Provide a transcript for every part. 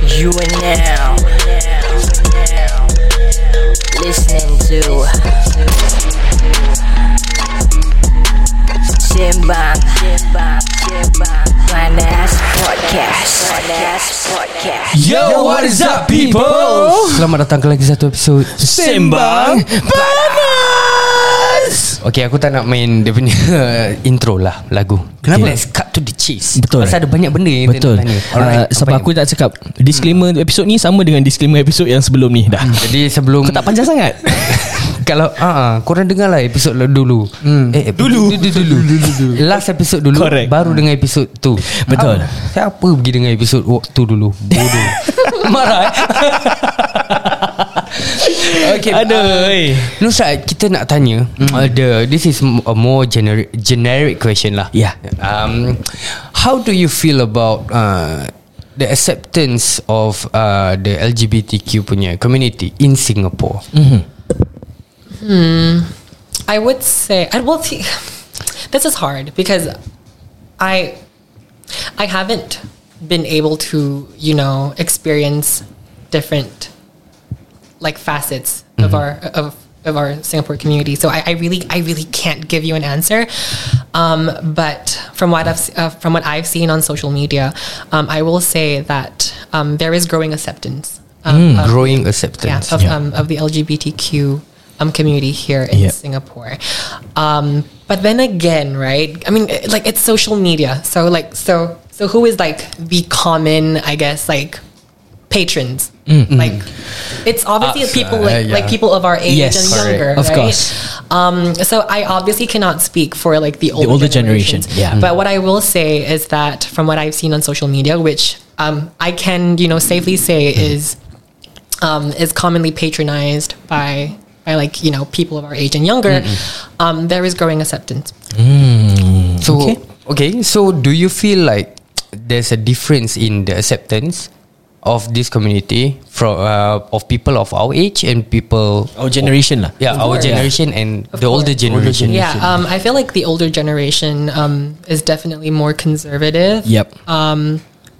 You are now listening to Simbang Finance Podcast. Finance Podcast. Yo, what is up people? Selamat datang ke lagi satu episod Sembang Panas Okay aku tak nak main Dia punya intro lah Lagu Kenapa? okay, Let's cut to the cheese Betul. Pasal ada banyak benda yang Betul kita nak uh, tanya Sebab aku nak cakap Disclaimer hmm. episod ni Sama dengan disclaimer episod yang sebelum ni Dah Jadi sebelum Kau tak panjang sangat Kalau uh, Korang dengar lah episod lo- dulu hmm. eh, Dulu. dulu, dulu, dulu. Last episod dulu Correct. Baru dengan episod tu Betul. Ah, Siapa pergi dengan episod waktu dulu Bodoh Marah eh? Okay Aduh eh. Nusrat kita nak tanya mm. uh, the this is m- a more generic generic question lah. Yeah. Um how do you feel about uh, the acceptance of uh, the LGBTQ punya community in Singapore? I would say I well see, this is hard because I I haven't been able to, you know, experience different like facets of our of of our Singapore community. So I, I really I really can't give you an answer. Um, but from what I've s- uh, from what I've seen on social media, um, I will say that um, there is growing acceptance um, of Growing yeah, acceptance. of, Um, of the LGBTQ um, community here in Yeah. Singapore. Um, but then again, right? I mean, it- like it's social media, so like so so who is like the common, I guess, like patrons? Mm. Like it's obviously Us, people uh, like yeah. like people of our age Yes, and correct. younger, Of right? course. Um, so I obviously cannot speak for like the older, older generations, generation, yeah. But what I will say is that from what I've seen on social media, which um, I can you know safely say is um, is commonly patronized by by like you know people of our age and younger, um, there is growing acceptance. So okay. so do you feel like there's a difference in the acceptance of this community from uh, of people of our age and people Our generation lah yeah, Of our course. generation and Of the older course. generation. Yeah, um, I feel like the older generation um, is definitely more conservative. Yep Uh,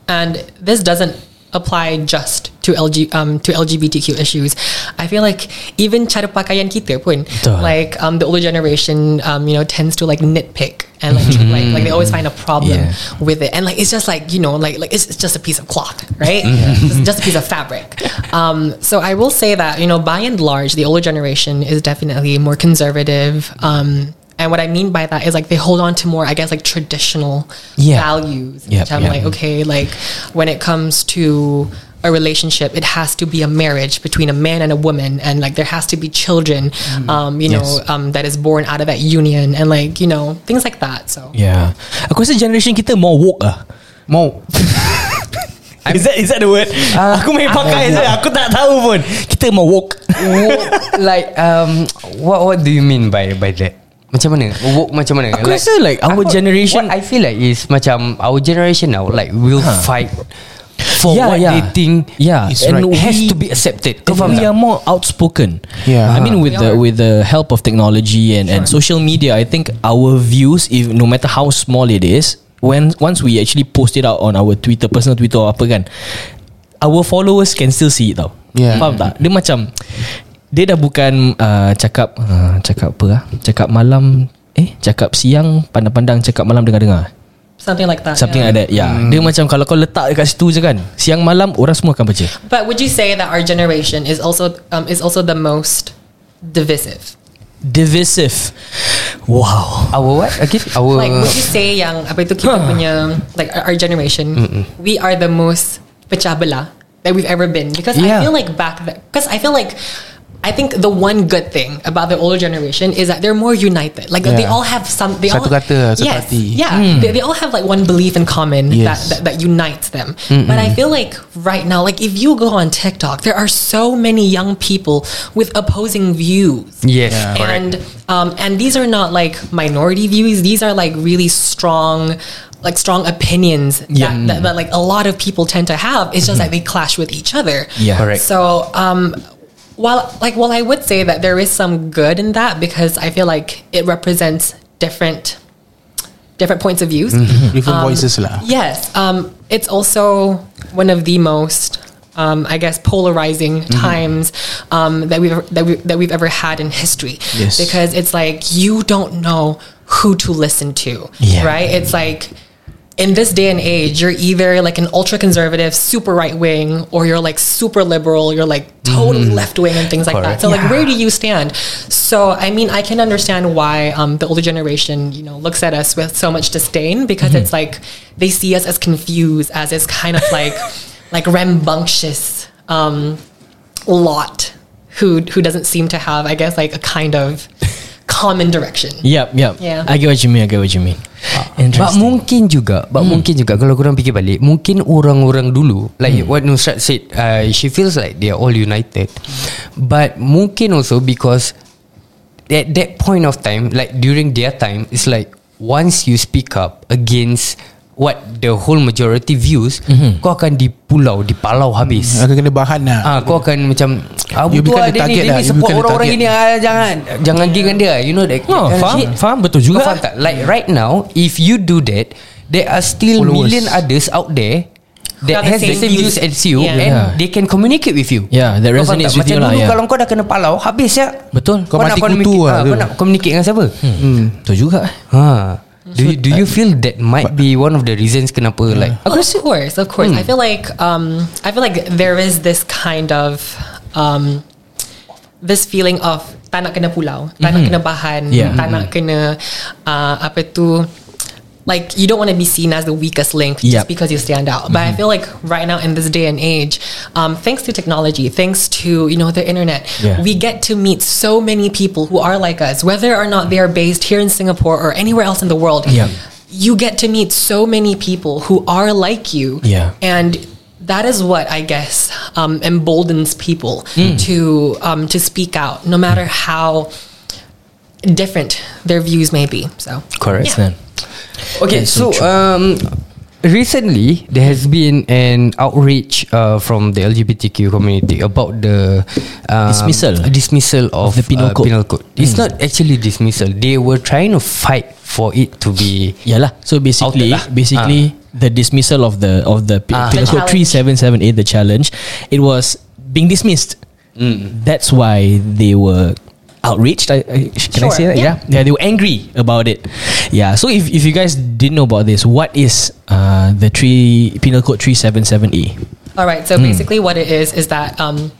and this doesn't apply just to LG um, to LGBTQ issues. I feel like even cara pakaian kita pun Betul. like um, the older generation um, you know tends to like nitpick and like, tr- like like they always find a problem Mm-hmm. Yeah. with it and like it's just like you know like like it's, it's just a piece of cloth right Mm-hmm. it's just a piece of fabric um, so I will say that you know by and large the older generation is definitely more conservative um, and what I mean by that is like they hold on to more I guess like traditional Yeah. values Yep, which I'm yep. like okay like when it comes to a relationship it has to be a marriage between a man and a woman and like there has to be children um you Mm-hmm. Yes. know um that is born out of that union and like you know things like that so Yeah Aku rasa generation kita more woke lah Mau Is that, is that the word? aku main pakai je Aku tak tahu pun Kita more woke Woke, like um, what what do you mean by by that? Macam mana? Woke macam mana? Aku rasa like our aku- generation- What I feel like is macam our generation now like will huh. fight for Yeah, yeah, what yeah. yeah. they think Yeah, is and right. we- has to be accepted. Kau And faham we tak? are more outspoken. Yeah. I mean, with We the are. with the help of technology and, and social media, I think our views, if no matter how small it is, when once we actually post it out on our Twitter, personal Twitter or apa kan, our followers can still see it tau. Yeah. Faham tak? Dia macam dia dah bukan uh, cakap uh, cakap apa lah Cakap malam eh cakap siang pandang-pandang cakap malam dengar-dengar. something like that Something yeah. like that. Yeah. Hmm. Dia macam kalau kau letak dekat situ je kan, siang malam orang semua akan baca. but would you say that our generation is also um, is also the most divisive divisive. Wow. Our what? Again? Our like would you say yang apa itu kita punya like our our generation we are the most pecah belah that we've ever been because Yeah. I feel like back because I feel like I think the one good thing about the older generation is that they're more united. Like they Yeah. all have some. They Satu all, kata, satu yes, hati. Hmm. yeah. They, they all have like one belief in common Yes. that, that that unites them. But I feel like right now, like if you go on TikTok, there are so many young people with opposing views yes, correct. and um, and these are not like minority views. These are like really strong, like strong opinions that, Yeah. Mm-hmm. that, that like a lot of people tend to have. It's just like they clash with each other. Yeah. Correct. So um, while like while I would say that there is some good in that because I feel like it represents different different points of Mm-hmm. Hmm. views. Um, Different voices lah Yes, um, it's also one of the most um, I guess polarizing Mm-hmm. times um, that we've that we that we've ever had in history. Yes. Because it's like you don't know who to listen to. Yeah. Right? It's like in this day and age, you're either like an ultra conservative, super right wing, or you're like super liberal, you're like totally left wing and things like that. Correct. So like where do you stand? So I mean I can understand why um, the older generation, you know, looks at us with so much disdain because it's like they see us as confused, as this kind of like like rambunctious um, lot who who doesn't seem to have, I guess, like a kind of common direction. Yep, yep. Yeah. I get what you mean. I get what you mean. Ah. But Interesting. mungkin juga But hmm. mungkin juga Kalau korang fikir balik Mungkin orang-orang dulu Like hmm. what Nusrat said uh, She feels like They are all united But mungkin also Because At that point of time Like during their time It's like Once you speak up Against What the whole majority views mm-hmm. Kau akan dipulau Dipalau habis Aku kena bahan lah Ah, kau akan macam Abu You tu ada become the ni target Dia ni lah. You support become the orang-orang target. ini ah, Jangan Jangan geng dengan dia You know that Oh, kind of faham, shit. faham betul Kau juga. faham tak? Like right now, if you do that, there are still Followers. million others out there that Got the has the same same views views. as you Yeah. and Yeah. they can communicate with you. Yeah, that Kau faham resonates tak? with Macam you lah, dulu yeah. kalau kau dah kena palau, habis ya. Betul. Kau mati kutu communicate- lah ah, tu. Kau nak communicate dengan siapa? Hmm. Betul juga. eh. Ha. Do you, do you Hmm. feel that might be one of the reasons kenapa like Well, of course, of course. Hmm. I feel like um, I feel like there is this kind of um, this feeling of tak nak kena pulau, tak nak kena bahan, Mm-hmm. Yeah. mm-hmm. tak nak kena uh, apa tu. Like you don't want to be seen as the weakest link just Yep. Mm-hmm. because you stand out. But I feel like right now in this day and age, um, thanks to technology, thanks to you know the internet, Yeah. we get to meet so many people who are like us, whether or not they are based here in Singapore or anywhere else in the world Yeah. you get to meet so many people who are like you. Yeah. And that is what I guess um, emboldens people Hmm. to um, to speak out, no matter how different their views may be. So correct? Understand. Okay, That's so so true. um, recently there has been an outrage uh, from the LGBTQ community about the um, Dismissal. dismissal of, the penal uh, code. Hmm. penal code. It's not actually dismissal. They were trying to fight for it to be Yalah. So basically, Outed lah. basically the dismissal of the of the p- Ah. penal The code three seven seven eight the challenge, it was being dismissed. Mm. That's why they were outraged. I, I, sh- can I Sure, say that? yeah. yeah. They were angry about it. Yeah. So if, if you guys didn't know about this, what is uh, the three penal code three seven seven e? All right. So basically, what it is is that um,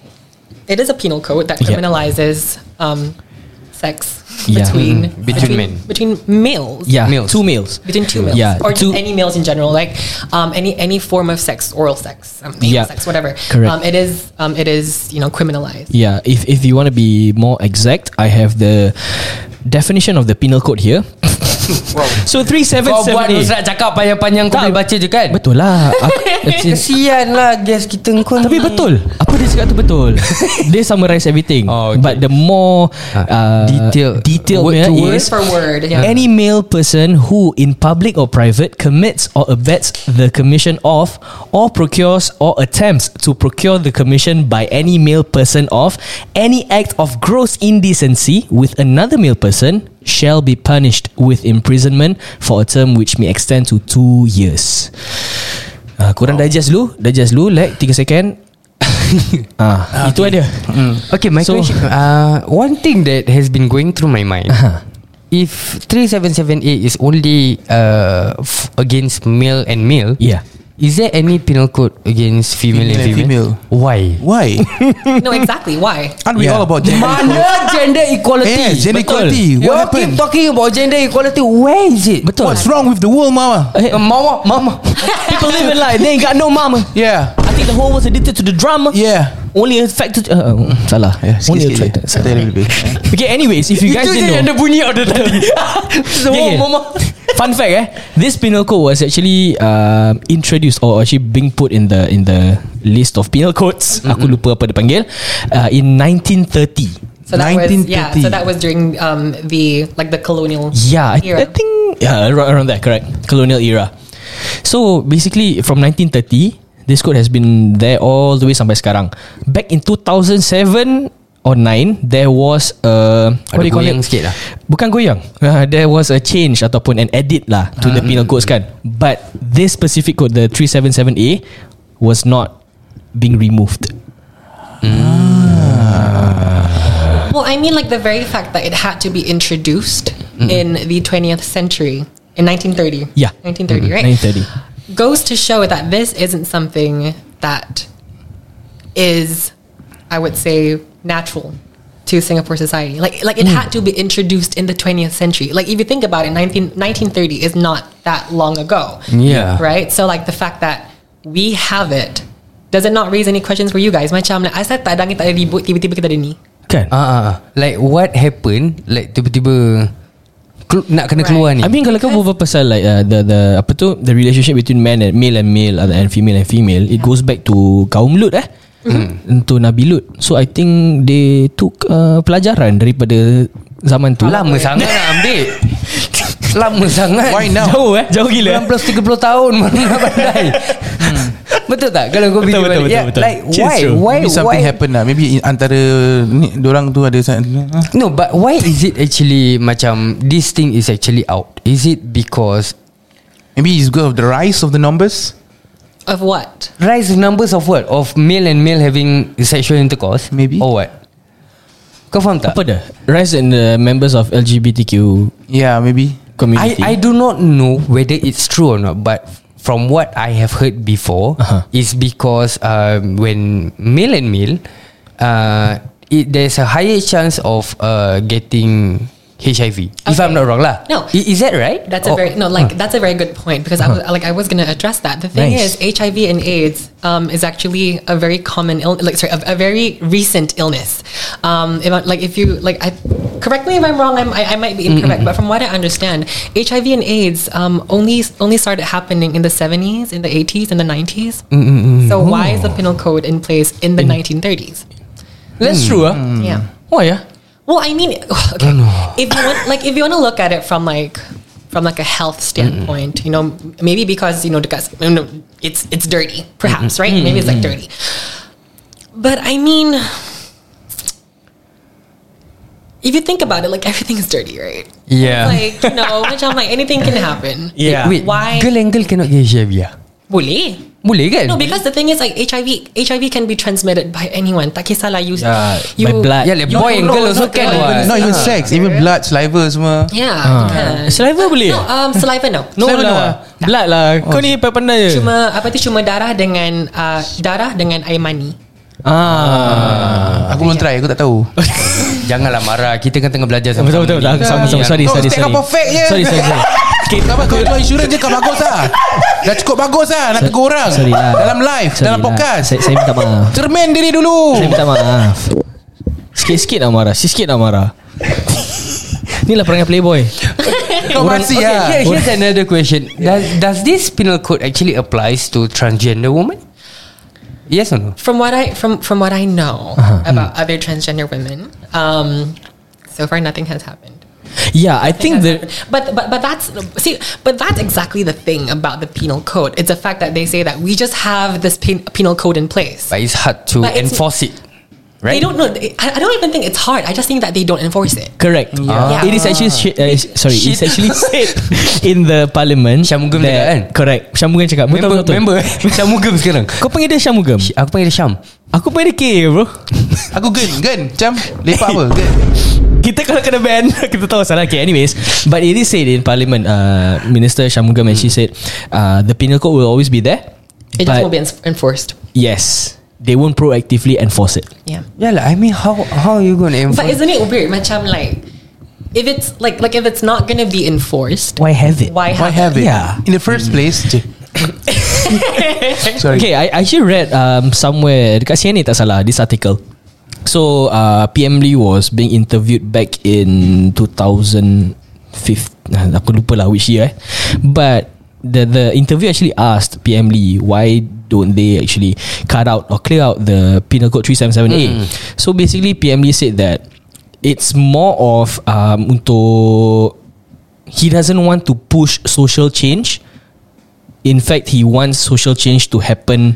it is a penal code that Yeah. criminalizes um, sex Yeah. Hmm. between Mm, between men. between males. Yeah. Males. Two males. Between two males, Yeah, or just two- any males in general, like um, any any form of sex, oral sex, um, Yeah. anal sex, whatever. Correct. Um, it is um, it is you know criminalized. Yeah, if if you want to be more exact, I have the definition of the penal code here. so three seven Kau buat seven Nusrat eight. cakap panjang-panjang Kau Tak. boleh baca je kan Betul lah. Aku- it's- Kesian lah guest kita kau Tapi betul Apa dia cakap tu betul Dia summarize everything Oh, okay. But the more Ah, uh, detail- Detail word to word. is For word, yeah. Any male person who, in public or private, commits or abets the commission of, or procures or attempts to procure the commission by any male person of, any act of gross indecency with another male person shall be punished with imprisonment for a term which may extend to two years. Uh, korang digest dulu Digest dulu Like 3 second ah, Itu ada Okay, my So- question. Uh, one thing that has been going through my mind. Uh-huh. If 3778 is only uh, f- against male and male, Yeah. is there any penal code against female, and Female and female? Why? Why? no, exactly. Why? Aren't we all about gender? Mana gender equality? Yeah, gender Betul. equality. You all What keep happened? talking about gender equality. Where is it? Betul. What's wrong with the world, mama? Uh, mama, mama. Eh, People live in life They ain't got no mama Yeah. I think the whole was addicted to the drama Yeah. Only attracted uh, uh, Salah Yeah, Only sikit-sikit attracted je. Tell a little bit. Okay anyways If you guys Itu je didn't yang know ada bunyi order tadi. Semua Yeah, yeah. mama. Fun fact eh This penal code was actually um, Introduced Or actually being put in the In the list of penal codes Aku lupa apa dia panggil uh, In 1930 So that was yeah. 1930. So that was during um, the like the colonial Yeah, I, I era. think yeah, ar- around that, correct. Colonial era. So basically, from 1930, this code has been there all the way sampai sekarang. Back in 2007 or 9, there was a Ada goyang sikit lah. Bukan goyang. Uh, there was a change ataupun an edit lah to Ah. the penal codes kan. But this specific code, the 377A, was not being removed. Well, I mean, like the very fact that it had to be introduced in the 20th century, in Mm-hmm. 1930. Yeah. Mm-hmm. 1930, right? 1930. Goes to show that this isn't something that is, I would say, natural to Singapore society. Like, like it had to be introduced in the 20th century. Like, if you think about it, 19, 1930 is not that long ago. Yeah. Right? So, like, the fact that we have it. Does it not raise any questions for you guys? Macam like, asal tak ada angin, tak ada ribut, tiba-tiba kita ada ni. Kan? Ah, ah, ah. like what happened? Like tiba-tiba kelu- nak kena Right. keluar I ni. mean kalau kau over pasal like uh, the the apa tu the relationship between man and male and male uh, and female and female it goes back to kaum Lut eh mm. to Nabi Lut so I think they took uh, pelajaran daripada zaman tu lama sangat nak ambil. lama sangat. Why now? jauh eh jauh gila 19 30 tahun baru nak pandai. Hmm. Betul tak kalau kau Betul, betul, fikir balik? betul, Yeah, betul. Like Cheers, why bro. why Maybe why something happened lah Maybe in- antara ni, Diorang tu ada sa- No, but why is it actually macam this thing is actually out? Is it because Maybe it's because of the rise of the numbers Of what? rise of numbers of what? Of male and male having sexual intercourse? Maybe. Or what? Kau faham tak? apa dah rise in the members of LGBTQ Yeah maybe I, community I do not know whether it's true or not, but from what I have heard before, Uh-huh. is because um, when male and male, uh, it, there's a higher chance of uh, getting HIV. If I'm Okay. not wrong, lah. No. I- is that right? Oh. That's a Or- very no, like that's a very good point because I was like I was gonna address that. The thing Nice. is, HIV and AIDS um, is actually a very common ill, like sorry, a, a very recent illness. Um, if I- like if you like, I correct me if I'm wrong. I'm, I, I might be incorrect, but from what I understand, HIV and AIDS um, only only started happening in the 70s, in the 80s, in the 90s. So why is the penal code in place in the 1930s? that's true. ah. Yeah. why ya Well, I mean, okay. if you want, like, if you want to look at it from like from like a health standpoint, you know, maybe because you know, because you know, it's it's dirty, perhaps, right? Maybe it's like Mm-hmm. dirty. But I mean, if you think about it, like everything is dirty, right? Yeah. Like you know, which I'm like anything can happen. Yeah. Wait, Why- girl and girl cannot get HIV? ah? Boleh. Boleh kan? No, because the thing is like HIV HIV can be transmitted by anyone. Tak kisahlah you Yeah, you by blood. Yeah, like You boy and don't girl know, also not can girl. what? Not Ah. even sex Even blood Saliva semua Yeah. you can. saliva boleh No, um, saliva no. no saliva no ah? lah blood lah kau ni pandai je Cuma apa tu cuma darah dengan uh, darah dengan air mani. ah Aku belum try Aku tak tahu Janganlah marah. Kita kan tengah belajar sama. betul betul betul Aku sama sama sorry Kau sorry stick sorry up perfect je. sorry sorry sorry Okay, kau kau jual insurans je kau bagus lah Dah cukup bagus lah Nak tegur orang Sorry lah Dalam live Sorry Dalam lah. podcast Saya, saya minta maaf Cermin diri dulu Saya minta maaf Sikit-sikit nak marah Sikit-sikit nak marah Inilah perangai playboy Kau masih okay, lah here, here's another question. Does, does this penal code actually applies to transgender women? Yes or no? From what I from from what I know hmm. about other transgender women, um, so far nothing has happened. Yeah I think that But but but that's see, but that's exactly the thing about the penal code. It's the fact that they say that we just have this pen, penal code in place. But it's hard to But it's- enforce it. Right? They don't know. I, I don't even think it's hard. I just think that they don't enforce it. Correct. Yeah. Ya. It is actually sh- uh, is- sorry, it's Shit. actually said in the parliament. Syamugam that- cakap kan? Correct. Syamugam cakap. Betul member, betul. member Syam Mugam sekarang. Kau panggil dia Syamugam. Aku panggil dia Syam. Aku panggil dia K bro. Aku gen Gen Macam Lepak apa Gen Kita kalau kena ban Kita tahu salah Okay anyways But it is said in parliament uh, Minister Syamugam actually said uh, The penal code will always be there It just but won't be ens- enforced. Yes They won't proactively enforce it Yeah. Yeah, like, I mean, how how are you going to But enforce isn't it weird? Macam like if it's like like if it's not gonna be enforced, Why have it? why, Why have it Yeah. In the first place je. Sorry Okay, I, I actually read um, somewhere dekat CNN tak salah this article. So uh, PM Lee was being interviewed back in 2005 nah, aku lupa lah which year eh. But the the interview actually asked PM Lee why don't they actually cut out or clear out the Penal Code 377A. So basically PM Lee said that it's more of um, untuk he doesn't want to push social change In fact, he wants social change to happen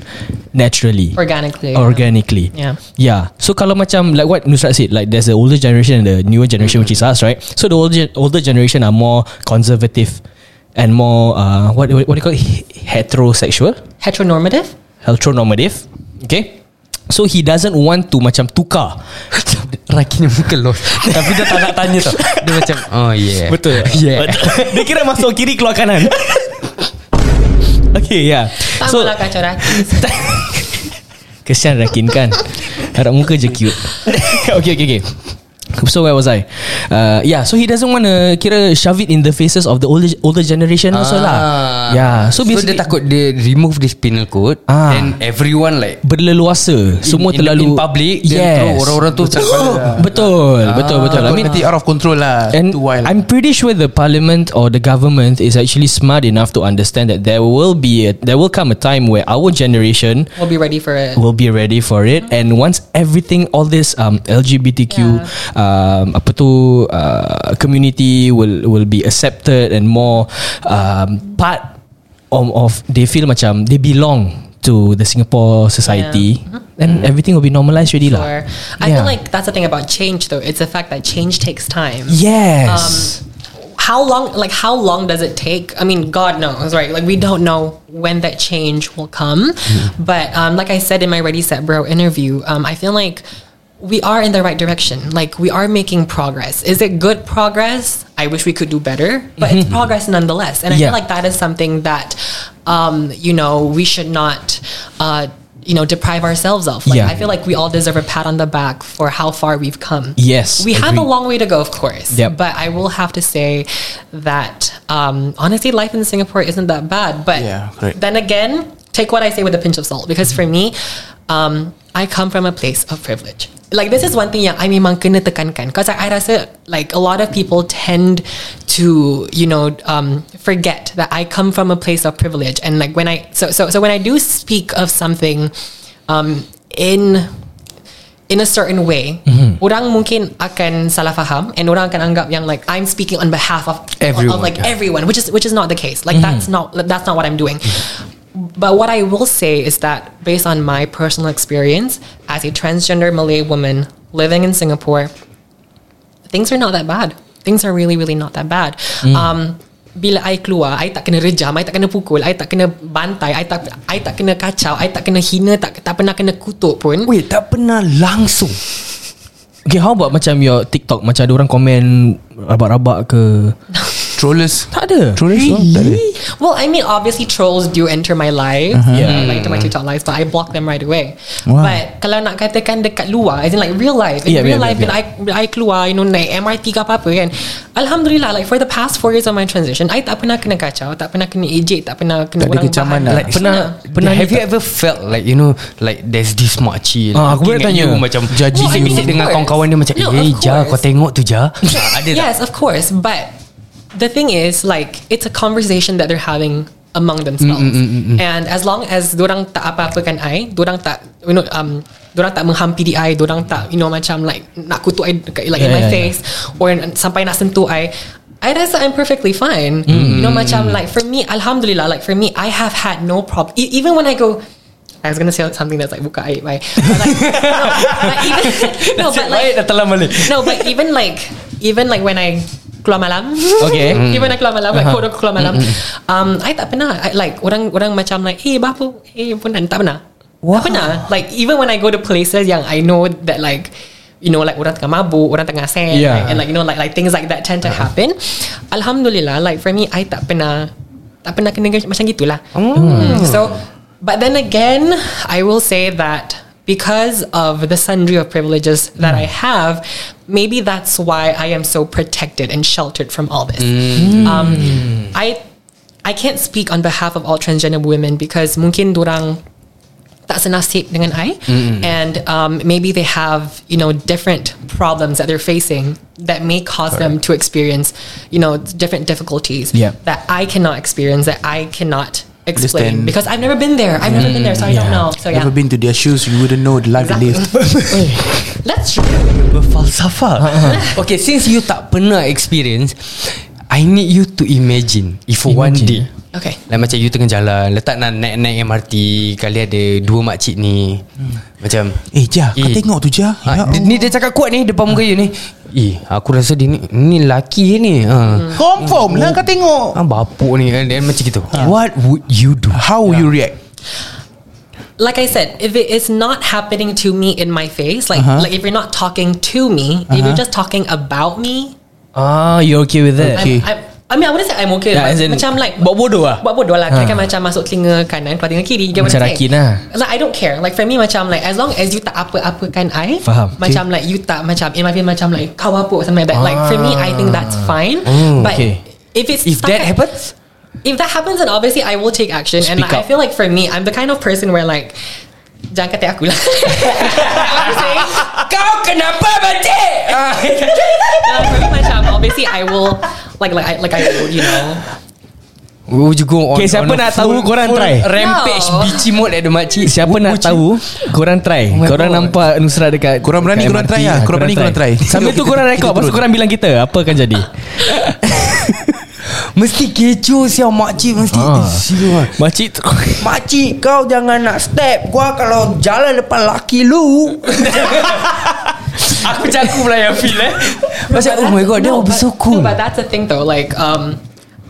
naturally, organically? organically. Yeah. Yeah. So kalau macam like what Nusrat said, like there's the older generation and the newer generation, which is us, right? So the older older generation are more conservative and more uh, what what do you call it? heterosexual, heteronormative. heteronormative. Okay So he doesn't want to Macam tukar Rakinya muka lost Tapi dia tak nak tanya tau Dia macam Oh yeah Yeah Betul. Dia kira masuk kiri keluar kanan Okay yeah Tak so, lah kacau Raki Kesian Rakin kan Harap muka je cute Okay okay okay So where was I uh, Yeah so he doesn't want to Kira shove it in the faces Of the older, older generation also lah Yeah So Ah. so dia basically takut Dia remove this penal code Ah. Then everyone like Berleluasa Semua in, terlalu Oh. in public yes. Then terus orang-orang tu Ah, macam Betul Betul betul I Takut mean nanti out of control lah And Too wild I'm pretty sure the parliament or the government is actually smart enough to understand that there will be a, there will come a time where our generation We'll be ready for it will be ready for it and once everything all this um, LGBTQ um, apa tu uh, community will will be accepted and more um, part of, of they feel macam they belong to the Singapore society and Mm-hmm. everything will be normalized already Or, lah Mm-hmm. I Yeah. feel like that's the thing about change though It's the fact that change takes time yes um, how long like how long does it take i mean god knows right like we don't know when that change will come Mm-hmm. but um, like i said in my ready set bro interview um, i feel like we are in the right direction like we are making progress is it good progress i wish we could do better but it's progress nonetheless and Mm-hmm. i Yeah. feel like that is something that um, you know we should not uh, you know deprive ourselves of like Yeah. i feel like we all deserve a pat on the back for how far we've come Yes, we have a agreed. long way to go of course Yep. but I will have to say that um, honestly, life in Singapore isn't that bad. But Yeah, correct. then again, take what I say with a pinch of salt because for me, um, I come from a place of privilege. Like this is one thing yang I memang kena tekankan because I, I rasa like a lot of people tend to you know um, forget that I come from a place of privilege and like when I so so so when I do speak of something um, in in a certain way, orang mungkin akan salah faham and orang akan anggap yang like I'm speaking on behalf of Everyone. of like everyone, which is which is not the case. Like that's not that's not what I'm doing. But what I will say is that based on my personal experience as a transgender Malay woman living in Singapore, things are not that bad. Things are really really not that bad. Um bila I keluar I tak kena rejam I tak kena pukul I tak kena bantai I tak I tak kena kacau I tak kena hina tak, tak pernah kena kutuk pun Wait tak pernah langsung Okay how about macam your TikTok Macam ada orang komen Rabak-rabak ke Trollers Tak ada Trollers tu tak ada. Well, I mean, obviously trolls do enter my life, Yeah. yeah, like to my TikTok lives, but I block them right away. But kalau nak katakan dekat luar, as in like real life, in Yeah, real yeah, life, yeah, bila I bila I keluar, you know, naik MRT ke apa-apa kan. Alhamdulillah, like for the past four years of my transition, I tak pernah kena kacau, tak pernah kena ejek, tak pernah kena Tak ada orang kecaman bahan. lah. Like pernah Pernah- pernah pernah have ni you ever felt like you know like there's this makcik Ah, aku looking boleh at tanya. you macam Judgy judging you. you dengan Of course. kawan-kawan dia macam No, eh of ja course. kau tengok tu ja ada tak Yes, of course. But the thing is, like, it's a conversation that they're having among themselves. Mm, And as long as dorang tak apa-apakan I, dorang tak, you know, um, dorang tak menghampiri I, dorang tak, you know, macam like nak kutuk I dekat- like in Yeah, my yeah, face or sampai nak sentuh I, I rasa I'm perfectly fine. Mm, You know, macam like for me, alhamdulillah, like for me, I have had no problem. E- even when I go, I was gonna say something that's like buka aib, I, but like, no, but even, no, but like, dah telan balik no, but even like even like when I keluar malam, Okay. even I keluar malam, like quote unquote keluar malam, um, I tak pernah I, like orang orang macam like, eh bapu, eh punan tak pernah. Wow. Tak pernah. Like even when I go to places yang I know that like you know like orang tengah mabuk, orang tengah sen, Yeah. like, and like you know like like things like that tend to happen. Alhamdulillah, like for me, I tak pernah tak pernah kena macam gitulah. Mm. So, but then again, I will say that because of the sundry of privileges that I have, maybe that's why I am so protected and sheltered from all this. Um, Hmm. I I can't speak on behalf of all transgender women because mungkin dorang tak senasib dengan I Hmm. and um, maybe they have you know different problems that they're facing that may cause them to experience you know different difficulties Yeah. that I cannot experience that I cannot explain Understand. because I've never been there I've never been there so I don't know so yeah Never been to their shoes You wouldn't know The life they live that's true berfalsafah okay since you tak pernah experience I need you to imagine if one Imagine, day okay Like macam you tengah jalan Letak nak naik-naik MRT Kali ada dua makcik ni Hmm. Macam Ya Eh Jah Kau Eh. tengok tu Jah Ya Ha, dia, ni dia cakap kuat ni Depan muka you ni Eh aku rasa dia ni Ni laki ni Hmm. ha. Confirm lah kau Kan tengok Ah, bapuk ni eh, Dia macam gitu What would you do How will you react like I said, if it is not happening to me in my face, like Uh-huh. like if you're not talking to me, if you're just talking about me, Ah, you're okay with that? Okay. I'm, I'm, I mean, I wouldn't say I'm okay. Yeah, as but in, macam like buat bodoh lah. buat bodoh lah. Ha. Kira macam masuk telinga kanan, keluar telinga kiri. Get what Macam I'm rakin saying? lah. Like I don't care. Like for me, macam like as long as you tak apa-apakan I, Faham. Macam like you tak macam in my view macam like kau apa or something like that. Like for me, I think that's fine. Oh, but okay. if it's If that stuck- happens if that happens, then obviously I will take action. and Speak like, I up. feel like for me, I'm the kind of person where like, jangan kata aku lah. I'm saying, Kau kenapa batik Ah. uh, for me, macam, obviously I will like like I, like I will you know. Would you go on Okay, siapa on a nak tahu, full- korang full try. Rampage No. Bici mode at the makcik Siapa Would- nak would you- tahu Korang try Oh my Korang God. nampak Nusra dekat Korang berani, dekat korang MRT, try lah. ah, Korang berani, korang try. Sambil tu Kita- korang kita rekod Lepas tu turun. korang bilang kita Apa akan jadi Mesti kecoh siapa makcik Mesti Ah. Sial. Makcik tu Makcik kau jangan nak step Gua kalau jalan depan laki lu Aku macam aku pula yang feel eh Macam But oh my that's- god That no, would be but- so cool No, but that's the thing though. Like, um,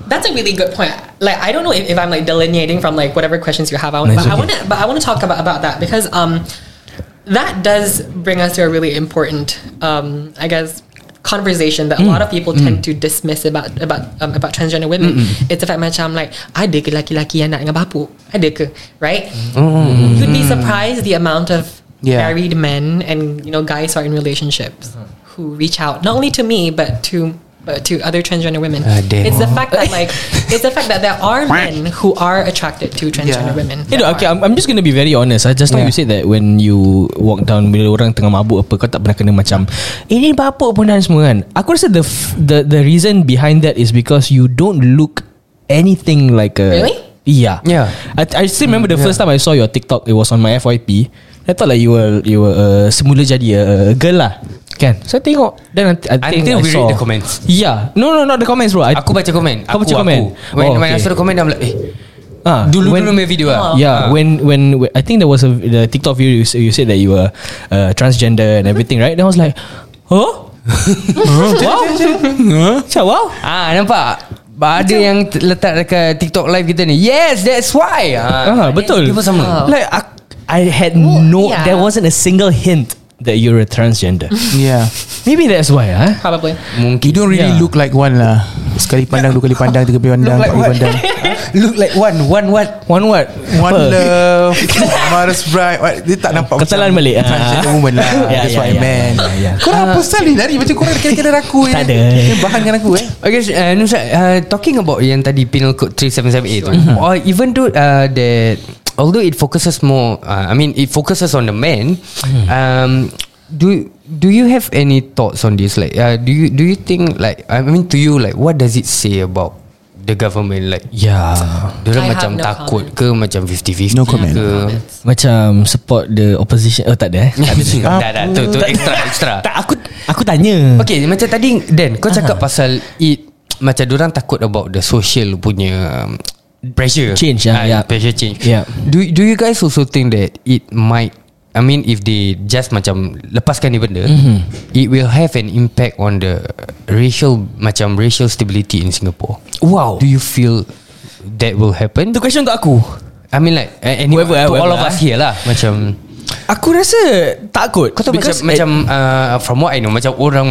that's a really good point. Like, I don't know if, if I'm like delineating from like whatever questions you have. I want, No, but it's I okay. want to, but I want to talk about about that because um, that does bring us to a really important, um, I guess. Conversation that a lot of Mm, people tend to dismiss about about um, about transgender women. mm. It's the fact macam like ada ke laki-laki yang nak dengan bapu? Ada ke? Right? Oh, You'd be surprised the amount of Yeah. married men and you know guys who are in relationships Uh-huh. who reach out not only to me but to but to other transgender women. Ah, damn. it's the fact that like it's the fact that there are men who are attracted to transgender women. You know, Eh, okay, I'm, I'm just gonna be very honest. I just now Yeah. you said that when you walk down bila orang tengah mabuk apa kau tak pernah kena macam ini bapuk pun dan semua kan. Aku rasa the f- the the reason behind that is because you don't look anything like a Really? Yeah. Yeah. Mm, I, I still remember the first time I saw your TikTok. It was on my FYP. I thought like you were you were uh, semula jadi a a girl lah. Kan? So I tengok then I, I think I Until we read saw. the comments. Yeah. No no not the comments bro. I, Aku baca komen Kau baca komen? aku. When, Oh, when I okay. saw the comment I'm like eh Ah, Dulu when- dulu punya video Oh. lah Yeah, Ah. when, when when- I think there was a the TikTok video you, s- you said that you were uh, transgender and everything, right? Then I was like, huh? wow, Macam wow. Ah nampak Ba- Ada yang t- letak dekat TikTok live kita ni Yes that's why Ah, Ha. betul. Dia pun sama Like I, I had Oh. Well, no, yeah. there wasn't a single hint that you're a transgender. Yeah Maybe that's why, ah. Probably. You Mungkin Ya. don't really Yeah. look like one lah Sekali pandang Dua kali pandang Tiga kali pandang Look Empat like kali what? pandang Look like one One what One what? One Apa? love Mars Bright what, Dia tak nampak Ketelan macam balik, ah. Ya, Transgender woman lah Yeah, That's yeah, why yeah, man yeah, yeah. Korang apa sal ni lari Macam korang kena-kena aku Tak ada. eh. Bahan dengan aku eh Okay, so, uh, Nusra, uh, talking about yang tadi penal code 3778 tu, or even though uh, that although it focuses more, uh, I mean it focuses on the men. Um, do do you have any thoughts on this? Like, uh, do you do you think like I mean to you like what does it say about the government like? Yeah. I Diorang have macam no takut ke Macam 50-50 No comment. ke Macam support the opposition. Oh, tak ada eh. Tak ada cakap Dah dah Tu, tu extra extra tak, aku aku tanya. Okay macam tadi Dan kau cakap pasal it Macam orang takut about the social punya um, Pressure Change, Ah, yeah, yeah. Pressure change ya. Yeah. do, do you guys also think that it might I mean if they just macam Lepaskan ni benda Mhm. It will have an impact on the Racial Macam racial stability in Singapore Wow. Do you feel That will happen Itu question untuk aku. I mean like eh, anyway, Whoever, To whoever, all of eh. us here lah Macam Aku rasa takut Kau tahu macam, macam uh, From what I know Macam orang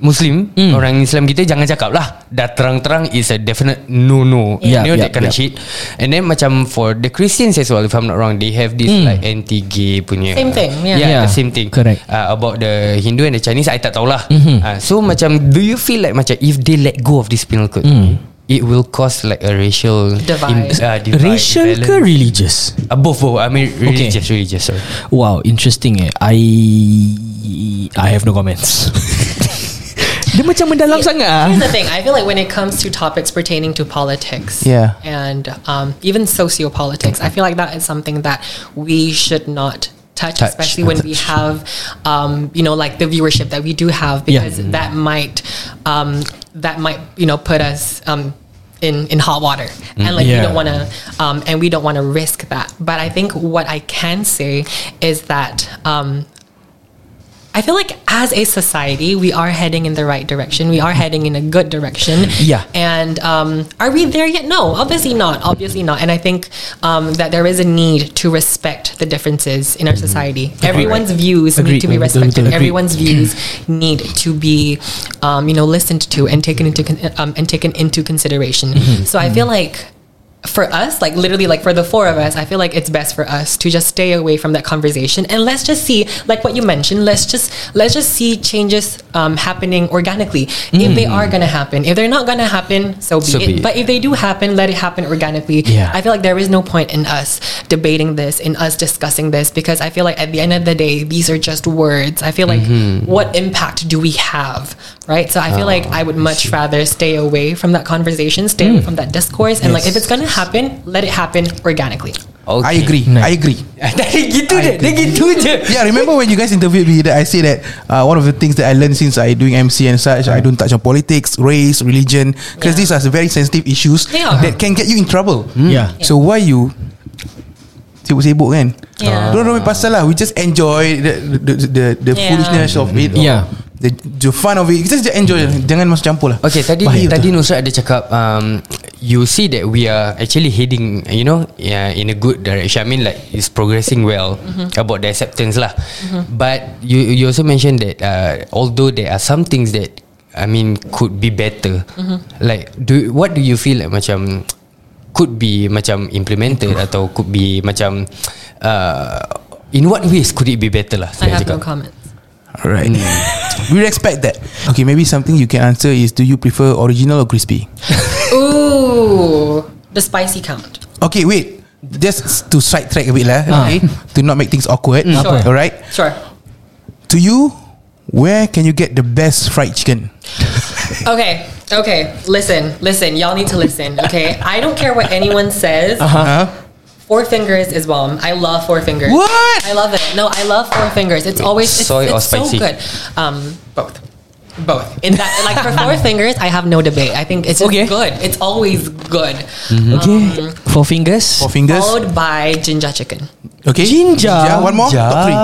Muslim Mm. Orang Islam kita Jangan cakap lah Dah terang-terang It's a definite no-no Yeah, You know yeah, that kind of yeah. shit And then macam For the Christians as well If I'm not wrong They have this Mm. like Anti-gay punya Same thing, yeah. yeah, Yeah, the same thing correct. Mm-hmm. uh, About the Hindu and the Chinese I tak tahulah uh, So macam Do you feel like Macam if they let go Of this penal code Hmm. It will cause like a racial Divide. uh, divide racial ke balance. religious? uh, both, both I mean religious Religious sorry Wow, interesting eh. I I have no comments. Dia macam mendalam sangat ah. Here's the thing. I feel like when it comes to topics pertaining to politics, Yeah. and um, even sociopolitics, I feel like that is something that we should not touch, Touch. especially when we have, um, you know, like the viewership that we do have, Yeah. because that might, um, that might, you know, put us. Um, in, in hot water and like we Yeah. don't want to um, and we don't want to risk that but i think what i can say is that um, I feel like as a society, we are heading in the right direction. We are heading in a good direction. Yeah. And um, are we there yet? No, obviously not. Obviously not. And I think um, that there is a need to respect the differences in our society. Everyone's views Agreed. need to be Betul, betul, respected. betul. Everyone's views need to be, um, you know, listened to and taken into con- um, and taken into consideration. Mm-hmm. So I feel like for us, like literally, like for the four of us, I feel like it's best for us to just stay away from that conversation and let's just see, like what you mentioned, let's just let's just see changes um, happening organically. If they are gonna happen, if they're not gonna happen, so be Mm. So it. be it. But if they do happen, let it happen organically. Yeah. I feel like there is no point in us debating this, in us discussing this, because I feel like at the end of the day, these are just words. I feel like what impact do we have, right? So I feel like I would much rather stay away from that conversation, stay away from that discourse, and like if it's gonna happen, let it happen organically. Okay. I agree I agree Dia gitu je Dia gitu je Yeah, remember when you guys interviewed me that I say that uh, one of the things that I learned since I doing MC and such, I don't touch on politics, race, religion, because Yeah. these are very sensitive issues They are. that can get you in trouble. Hmm? Yeah. So why you sibuk-sibuk kan? Yeah. Don't main pasal lah. We just enjoy the the the, the Yeah. foolishness of it. or Yeah. The, the fun of it. Just enjoy. Jangan masuk campur lah. Okay tadi Bahaya Bahaya tu. Tadi Nusrat ada cakap um, You see that we are Actually heading You know yeah, In a good direction I mean like It's progressing well About the acceptance lah But you, you also mentioned that uh, Although there are some things that I mean Could be better Like do What do you feel like Macam Could be Macam implemented Atau could be Macam uh, In what ways Could it be better lah I saya have no cakap. comments. Alright. we respect that. Okay, maybe something you can answer is do you prefer original or crispy? Ooh, the spicy count. Okay, wait. Just to sidetrack a bit lah, okay? To not make things awkward. Sure. Alright. Sure. To you, where can you get the best fried chicken? Okay, okay. Listen, listen. Y'all need to listen. Okay, I don't care what anyone says. Huh? Four fingers is bomb. I love four fingers. What? I love it. No, I love four fingers. It's always it's, soy or it's spicy? so good. Um, both. Both. In that, like for four fingers, I have no debate. I think it's just Okay. Mm-hmm. good. It's always good. Okay. Four fingers. Four fingers. Followed by ginger chicken. Okay. Ginger. Ginger. One more. Top three.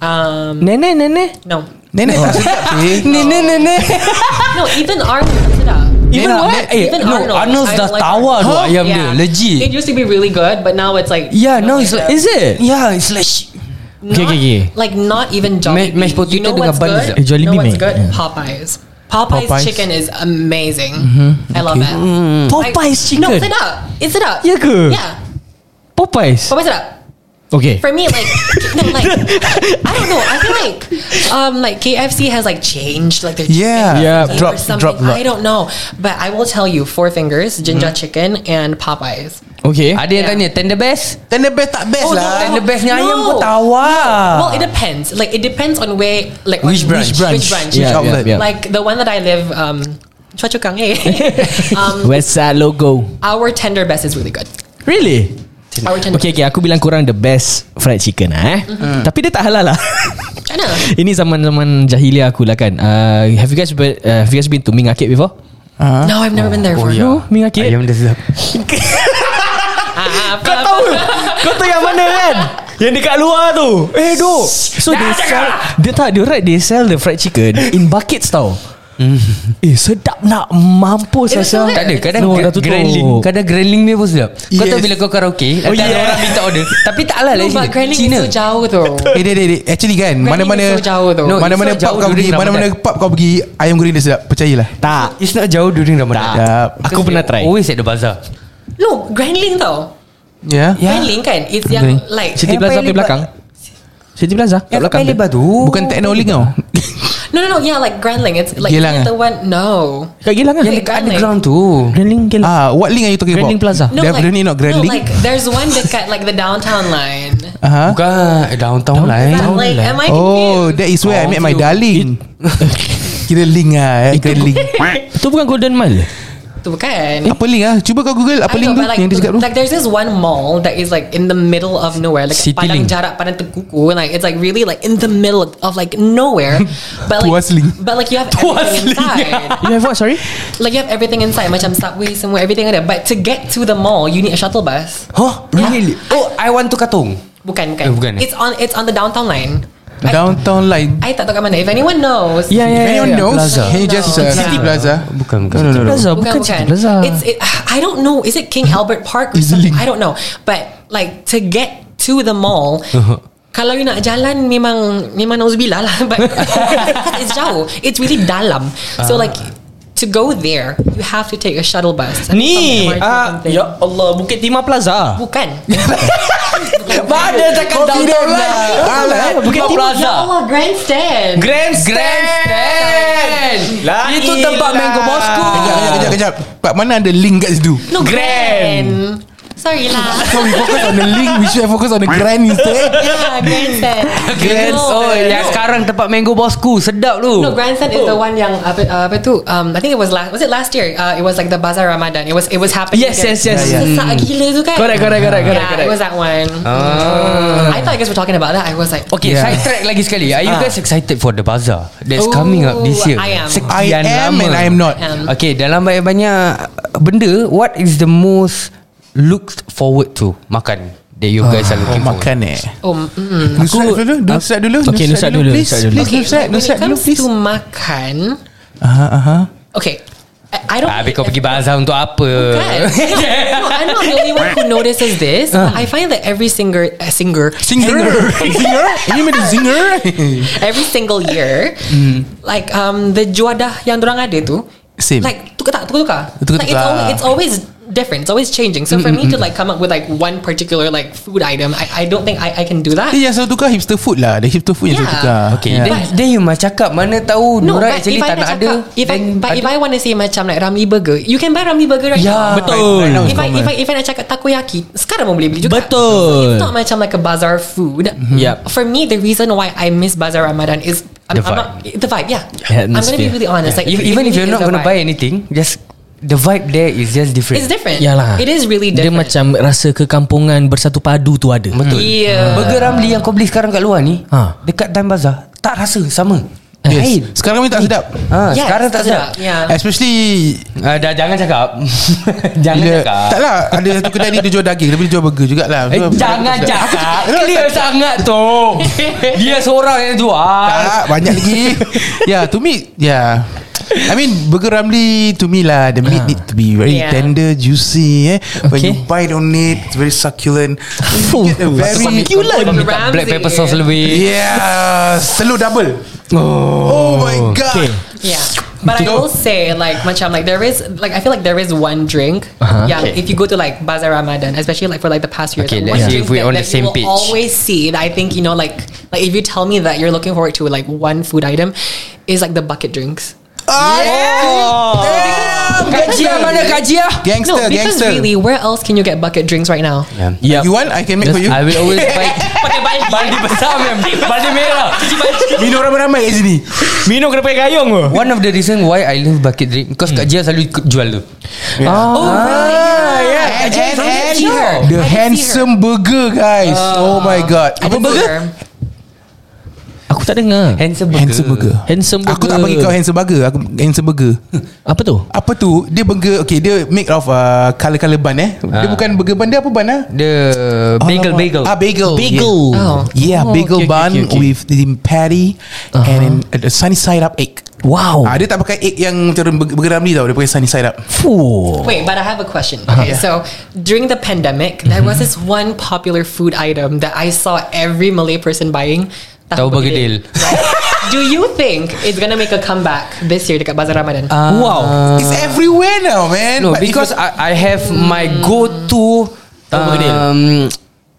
Um, Nenek, nenek. no, Nenek tak sedap sih. Nenek, nenek. no. Even Arnold. puts it up. Even Nenek, what? nenek. Eh, Even no, Arnold's. Arnold's I dah don't like tawar tu Huh? ayam dia. Yeah. It Legit. used to be really good, but now it's like Yeah, no, it's like, is it? Yeah it's like Not, Okay, okay, okay. Like not even Jollibee. mashed potato you know dengan what's bun good? sedap. Eh, Jollibee you know what's meh. good? Yeah. Popeyes. Popeyes. Popeyes. chicken is amazing. I love that. Hmm. Popeyes No, chicken. sedap. It's sedap. Ya ke? Yeah. Popeyes. Popeyes sedap. Okay. For me, like, no, like, I don't know. I feel like, um, like KFC has like changed, like their chicken Yeah. Uh, Yeah. flavor Drop- or something. drop I lot. don't know, but I will tell you: Four Fingers, Ginger Chicken, and Popeyes. Okay. Ada yang tanya Yeah. Tender best Then the best tak best Oh, lah. no, And the best ni ayam No. kau tawar Well, it depends. Like it depends on where, like Which on branch? Which Branch. branch? Yeah, outlet? yeah, yeah. Like the one that I live, um, Choa Chu Kang. eh? um, West Side logo. our tender best is really good. Really? Our tender. Okay, okay, aku bilang korang the best fried chicken lah eh. Tapi dia tak halal lah. I know. Ini zaman-zaman jahiliah aku lah kan. Uh, have you guys be, uh, have you guys been to Ming Arcade before? Ah. No, I've never been there for. yeah. No, Ming Arcade. Oh, ya. Ayam dia sedap Ah, Kau tahu Kau tahu yang mana kan Yang dekat luar tu Eh dok So they sell Dia tak Dia right They sell the fried chicken In buckets tau Eh sedap nak Mampus Eh, asal betul Tak ada Kadang kan? No, no, dah tutup. grilling Kadang grilling dia pun sedap Kau tahu Yes. bila kau karaoke oh, Ada yeah. orang minta order Tapi tak lah No, like but Granny Cina. is so jauh though. Eh, dia, dia, dia. Actually kan, mana-mana is so jauh tu. No, mana-mana it's not pub jauh kau pergi, during mana-mana Ramadan. pub kau pergi, ayam goreng dia sedap. Percayalah. Tak It's not jauh during Ramadan Sedap. Aku Oh, Because pernah they try Always at the bazaar No, Grandling tau. Ya. Yeah. Yeah. Grandling kan? It's yang like City Yang Plaza paling pergi belakang Eh, City Plaza Kat belakang dia. tu Bukan Technolink tau. no no no yeah like Grandling. It's like Geylang, eh? the one. No, Kat Gilang kan Yang dekat Grandling. underground tu Grilling Gilang Ah, what link are you talking about? Grandling Plaza. no Definitely not Grandling. No, like there's one dekat like the downtown line. Aha. Bukan eh, Downtown lah eh. But, like, am I Oh, confused? that is where I Oh, met my you- darling. Kira link ah, eh, kira link. Itu bukan Golden Mile Tu bukan. Apa link ah? Cuba kau Google apa I link know, tu but like, yang dia cakap tu. Like there's this one mall that is like in the middle of nowhere, like City Padang Link. Jarak, Padang Tekuku, and like it's like really like in the middle of like nowhere. But like, Tuas Link. but like you have everything inside. You have what sorry like you have everything inside, macam subway somewhere, everything ada. But to get to the mall, you need a shuttle bus. Huh? Really? Oh I want to katung Bukan, Eh, bukan. bukan eh? It's on it's on the downtown line. Downtown line. I tak tahu kat mana. If anyone knows, Yeah, yeah, If anyone yeah, yeah. knows, Plaza. can you just uh, Plaza. City Plaza? Bukan, bukan. No, no, no. no. Plaza, Bukan, bukan bukan. City Plaza. It's it, I don't know. Is it King Albert Park or Is it something? Link? I don't know. But like to get to the mall. Kalau you nak jalan memang memang nauzubillah lah but it's jauh. It's really dalam. So like to go there, you have to take a shuttle bus. Ni Something, ah, something. Ya Allah Bukit Timah Plaza Bukan. Mana Kau cakap tidur downtown lah. lah Alah, Bukit Timah Timah Ya Plaza Allah, grandstand. Grandstand La Itu tempat ilaha. Mango Bosco Kejap, kejap, kejap, kejap. Pak mana ada link kat situ? no, Grand. grand. Sorry lah. So we focus on the link We should have focused on the grand instead yeah, grandstand. Grand No. Oh yang sekarang tempat Mango Bosku Sedap Oh. tu No, grandstand is the one yang apa, uh, apa tu? Um, I think it was last. Was it last year? Uh, it was like the Bazaar Ramadan. It was it was happening. Yes, again. yes, yes. Sesak gila tu kan? Correct, correct, correct, correct, Yeah, correct. it was that one. Mm. I thought you guys were talking about that. I was like, Okay Yeah. yeah. side track lagi sekali Are you Ah. guys excited for the bazaar That's Ooh, coming up this year Oh, I am. I Sekian am lama. and I am not Am. Okay dalam banyak-banyak Benda What is the most Looked forward to Makan That you guys are Oh looking for makan eh oh, mm, Nusrat dulu Nusrat dulu Okay, Nusrat dulu, Please, Nusrat dulu. please Nusrat when Nusrat it dulu comes please Uh-huh, to makan, Aha, aha. okay, I, I don't. Ah, Habis kau pergi bazaar untuk apa Kan? No, I'm not the only one who notices this. I find that every singer, uh, singer, Singer Singer You mean the singer every single year like um the juadah yang dorang ada tu Same. like tukar tak tukar tukar Tukar-tukar. like it's always, it's always different it's always changing so for me to like come up with like one particular like food item I, I don't think I, I can do that Dia yang selalu tukar hipster food lah The hipster food yang selalu Yeah. tukar Okay Yeah. then, then you must cakap Mana tahu No, Nora but actually if I tak nak nak ada cakap, if I, then but if ada. I want to say macam like Ramly Burger, you can buy Ramly Burger right Yeah, now. Betul. Right now it's If I, if I normal. if I nak cakap takoyaki, sekarang pun boleh beli juga. Betul. It's not macam like a bazaar food. Yep. For me, the reason why I miss bazaar Ramadan is I'm, The I'm not the vibe. Yeah. Yeah, I'm gonna be atmosphere. really honest. Like If, it even if really you're is not the gonna vibe. buy anything, just the vibe there is just different. It's different. Yalah It is really Dia different. macam rasa kekampungan Bersatu padu tu ada Betul. Yeah. Burger Ramli yang kau beli sekarang kat luar ni, Ha. dekat Time Bazaar, tak rasa sama. Lain. Yes. Sekarang ni tak sedap Ha, Yes, sekarang tak Eh, sedap. Yeah. Especially Uh, dah jangan cakap. jangan bila, cakap. Tak lah Ada satu kedai ni Dia jual daging Tapi dia jual burger jugalah Eh, So, jangan tak sedap. cakap. Aku tak- tak- Clear sangat tu. Dia seorang yang jual. Tak banyak lagi Yeah to me Yeah I mean Burger Ramli To me lah The Ah. meat need to be Very Yeah. tender Juicy eh When Okay. you bite on it It's very succulent You get a very Kau minta Black Ramsey. pepper sauce lebih. Yeah Telur double Oh, my god Okay. Yeah. But I will say, like, macam, like, there is, like, I feel like there is one drink. Yeah, if you go to, like, Bazaar Ramadan, especially, like, for, like, the past years. Uh-huh. Okay, like, let's one see drink if we're that- on the that you same will page. always see that I think, you know, like, like, if you tell me that you're looking forward to, like, one food item, is, like, the bucket drinks. Ah, Kajian mana kajian? Gangster no, because Gangster really, where else can you get bucket drinks right now? Yeah. Yeah. You want I can make for you I will always buy Pakai balik. Baldi besar mem Baldi merah Minum ramai-ramai kat sini Minum kena pakai gayung ke One of the reason why I love bucket drink Because Kak Jia selalu ikut jual tu Ah. Oh, really? yeah, I and, just and, don't and see her. I don't the see handsome burger guys. oh my god. I didn't Apa see burger? her. Aku tak dengar Handsome burger Handsome burger. Handsome Aku tak burger. panggil kau handsome burger. Aku handsome burger. Apa tu apa tu? Dia burger. Okay, dia make of uh, color-color bun eh. Dia Ah. bukan burger bun. Dia apa bun ah? The bagel Alamak. bagel Ah bagel. Bagel Oh. Yeah, yeah okay, okay, bagel bun okay, okay. with the patty and then a sunny side up egg. Wow Ah, dia tak pakai egg yang macam burger burger Ramli tau. Dia pakai sunny side up. Fuh Wait, but I have a question. Okay, so during the pandemic, there was this one popular food item that I saw every Malay person buying. Tahu begedil Right? Do you think it's gonna make a comeback this year dekat Bazar Ramadan? Uh, Wow It's everywhere now, Ah. man. No But if because you- I, I have my go to Tahu begedil. um,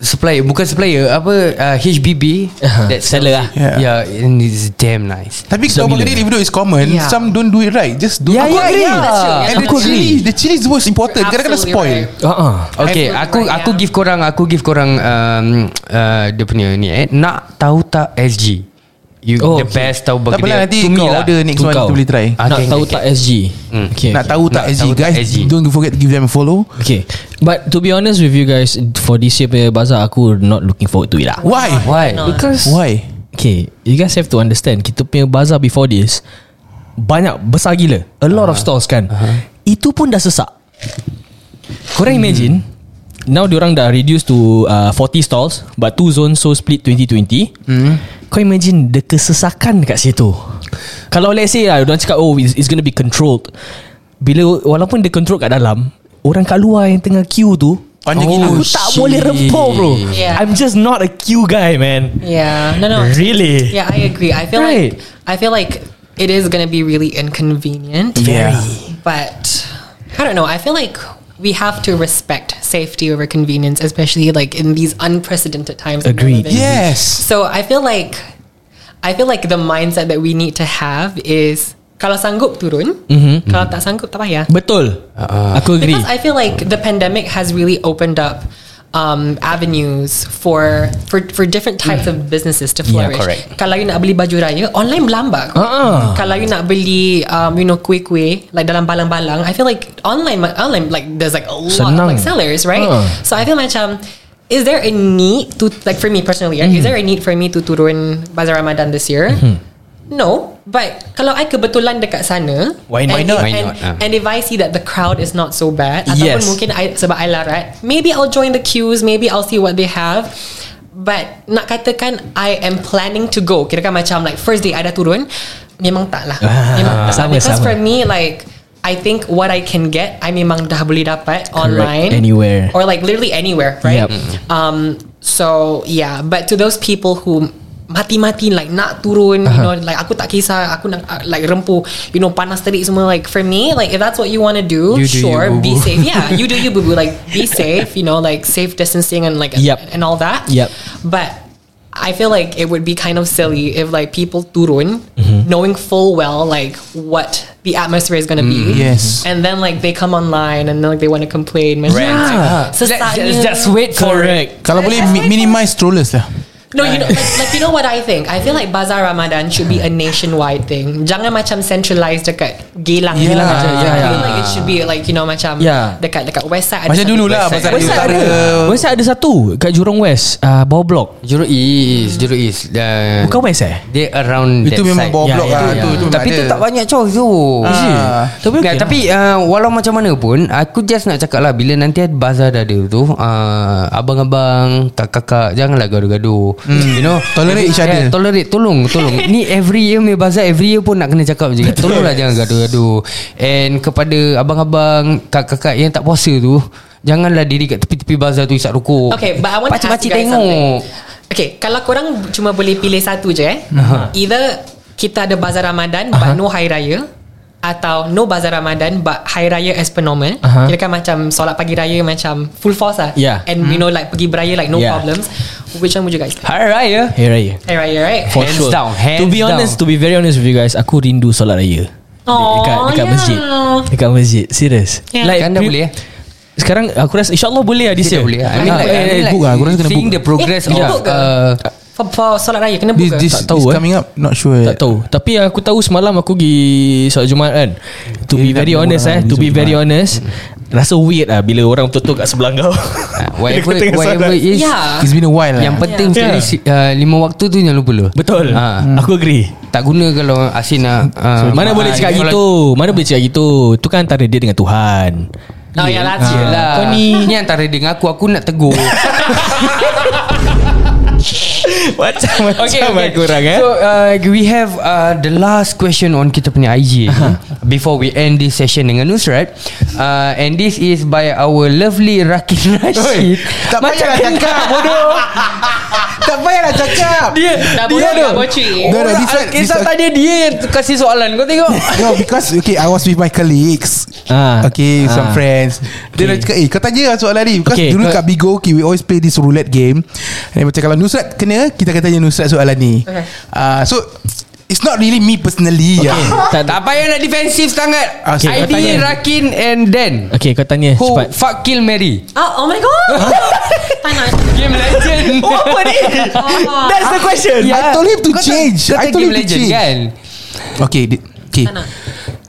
Supplier Bukan supplier Apa uh, HBB Uh-huh. Seller lah. Yeah. ah. Yeah. yeah And it's damn nice tapi Sejak kalau bila? burger even though it's common, Yeah. some don't do it right. Just do Ya, Yeah, yeah, it. yeah. That's true. And the Aku chili, the chili is the most important. You're Kadang-kadang absolutely right. spoil. Ah, Uh-uh. Okay Absolutely aku right, aku yeah. give korang Aku give korang um, uh, Dia punya ni eh Nak tahu tak SG You Oh, the okay. best tahu burger Tak apa lah dia. nanti To me kau lah. order next To one kau. kita boleh try. Ah, Nak okay, tahu okay, tak SG Hmm. okay, Nak tahu tak Nak SG tahu tak guys? SG. Don't forget to give them a follow. Okay But to be honest with you guys For this year punya bazaar Aku not looking forward to it lah Why? Why? Because Why? Okay You guys have to understand Kita punya bazaar before this Banyak Besar gila A lot of stores kan Itu pun dah sesak Korang imagine Now diorang dah reduce to uh, 40 stalls But two zones so split 2020 mm. Kau imagine the kesesakan dekat situ Kalau let's say lah Diorang cakap oh it's, it's gonna be controlled Bila walaupun dia control kat dalam Orang kat luar yang tengah queue tu Panjang gila. Aku tak boleh rempah bro Yeah. I'm just not a queue guy man Yeah. No, no. Really? Yeah, I agree. I feel Right. like I feel like it is going to be really inconvenient. Yeah. But I don't know. I feel like we have to respect safety over convenience, especially like in these unprecedented times. that we're Agreed. living. Yes. So I feel like I feel like the mindset that we need to have is kalau sanggup turun, kalau tak sanggup tak payah. Betul Aku agree Because I feel like the pandemic has really opened up um, avenues for for for different types of businesses to flourish. correct. Kalau you nak beli baju raya, online melambak. Ah. Kalau you nak beli um, you know kuih-kuih like dalam balang-balang, I feel like online ma- online like there's like a lot Senang. of like sellers, right? Ah. So I feel macam Is there a need to like for me personally? right, Is Mm-hmm. there a need for me to turun Bazar Ramadan this year? No, but kalau I kebetulan dekat sana, Why not? Why and if- not? and- Why not? Ah. and if I see that the crowd is not so bad, ataupun Yes. mungkin I, sebab I larat, maybe I'll join the queues, maybe I'll see what they have. But nak katakan I am planning to go, kira kan macam like first day I dah turun, memang tak lah. Ah, memang tak. sama, Because sama. for me like, I think what I can get, I memang dah boleh dapat online. Anywhere. Or like literally anywhere, right? Yep. Mm. Um, so yeah, but to those people who mati-mati like nak turun, you know, like aku tak kisah, aku nak uh, like rempu, you know, panas terik semua. Like for me, like if that's what you want to do, You do you, sure, be boo-boo. safe. Yeah, you do you, boo boo. Like be safe, you know, like safe distancing and like Yep. and all that. Yep. But I feel like it would be kind of silly if like people turun, knowing full well like what the atmosphere is gonna be. yes. And then like they come online and then like they want to complain. macam, Yeah. Sesatnya. wait Correct Kalau boleh mi- minimize strollers lah. No, you know, like, like you know what I think. I feel like Bazaar Ramadan should be a nationwide thing. Jangan macam centralized dekat Geylang. Yeah, Geylang macam. yeah, I feel yeah. like it should be like you know macam Yeah. dekat dekat west side. ada Macam satu- dulu lah West pasal side. dia West tak side ada. ada West side ada satu Kat Jurong West uh, Bawah blok Jurong East Jurong East uh, Bukan West eh Dia around that Itu memang side. bawah Ya, blok ya, lah ya. tu. tu memang Tapi tu ada. Ah, tak banyak choice tu Is it? Tapi Tapi, okay okay lah. tapi uh, walau macam mana pun Aku just nak cakap lah Bila nanti ada bazar dah ada tu uh, Abang-abang Kakak-kakak Janganlah gaduh-gaduh You know Hmm. Tolerate each Yeah, other. Tolerate Tolong Tolong Ni every year punya bazar Every year pun nak kena cakap macam ni Tolonglah jangan gaduh-gaduh And kepada abang-abang Kakak-kakak yang tak puasa tu Janganlah diri kat tepi-tepi bazar tu Isap Oh. rokok Okay, but I want to ask you Pakcik-pakcik guys tengok something. Okay, kalau korang cuma boleh pilih satu je eh. Either kita ada Bazar Ramadan but no Hari Raya atau no Bazar Ramadan but Hari Raya as per normal. Aha. Kira kan macam solat pagi raya macam full force lah. Yeah. Hmm. And you know like pergi beraya like no Yeah. problems. Which one would you guys pick? Hari Raya Hari Raya Hari Raya, right? For Hands sure down, To hands be honest To down. be very honest with you guys Aku rindu solat raya Aw, ya. Dekat, dekat yeah. masjid Dekat masjid Serius Yeah. Kan dah pre- boleh eh? Sekarang aku rasa InsyaAllah boleh lah this year Dia dah boleh I mean Ah, like, eh, I mean eh, like book lah, aku rasa kena Seeing book. the progress of Eh, kena book ke? uh, For, for solat raya kena This, book this, ke? Tak tahu, this eh. coming up Not sure Tak tahu Tapi aku tahu semalam aku pergi Solat Jumaat kan To Eh, be tak very boleh honest orang eh To pergi be solat very honest Rasa weird lah Bila orang betul-betul kat sebelah kau Bila Whatever kau tengah solat. Whatever is Yeah. It's been a while lah Yang penting Yeah. sekali si- uh, Lima waktu tu jangan lupa dulu Betul Hmm. Ah. Aku agree Tak guna kalau Asin nak Ah, uh, Mana boleh cakap gitu Mana boleh cakap gitu Itu kan antara dia dengan Tuhan Oh, yeah, Ah. that's it. Yelah Kau ni- lah. Ni antara dia dengan aku Aku nak tegur Macam-macam eh. So uh, we have uh, The last question On kita punya IG Before we end this session Dengan Nusrat uh, And this is by Our lovely Rakin Rashid Tak payah nak cakap Bodoh Tak payah nak cakap Dia Dah Dia bocor, tu dah bocor. Oh. No, no, this one- this Kisah one- Eh, tadi dia yang Kasih soalan Kau tengok No because Okay I was with my colleagues Ah. Okay Ah. Some friends Dia dah cakap Eh kau tanya lah soalan ni Because Okay, dulu kau- kat Bigo okay, We always play this roulette game And macam kalau Nusrat kena Kita akan tanya Nusrat soalan ni Okay. Ah, So It's not really me personally okay. ya. tak, Tak payah nak defensif sangat okay, Okay, kau ID tanya. Rakin and Dan Okay kau tanya Who cepat fuck kill Mary Oh, oh my god. Tanah. Game legend Apa ni Oh. That's the question Ah. I told him to Kau tak- change. Kau I tak told game him to legend change. kan Okay di- Okay Tak nak.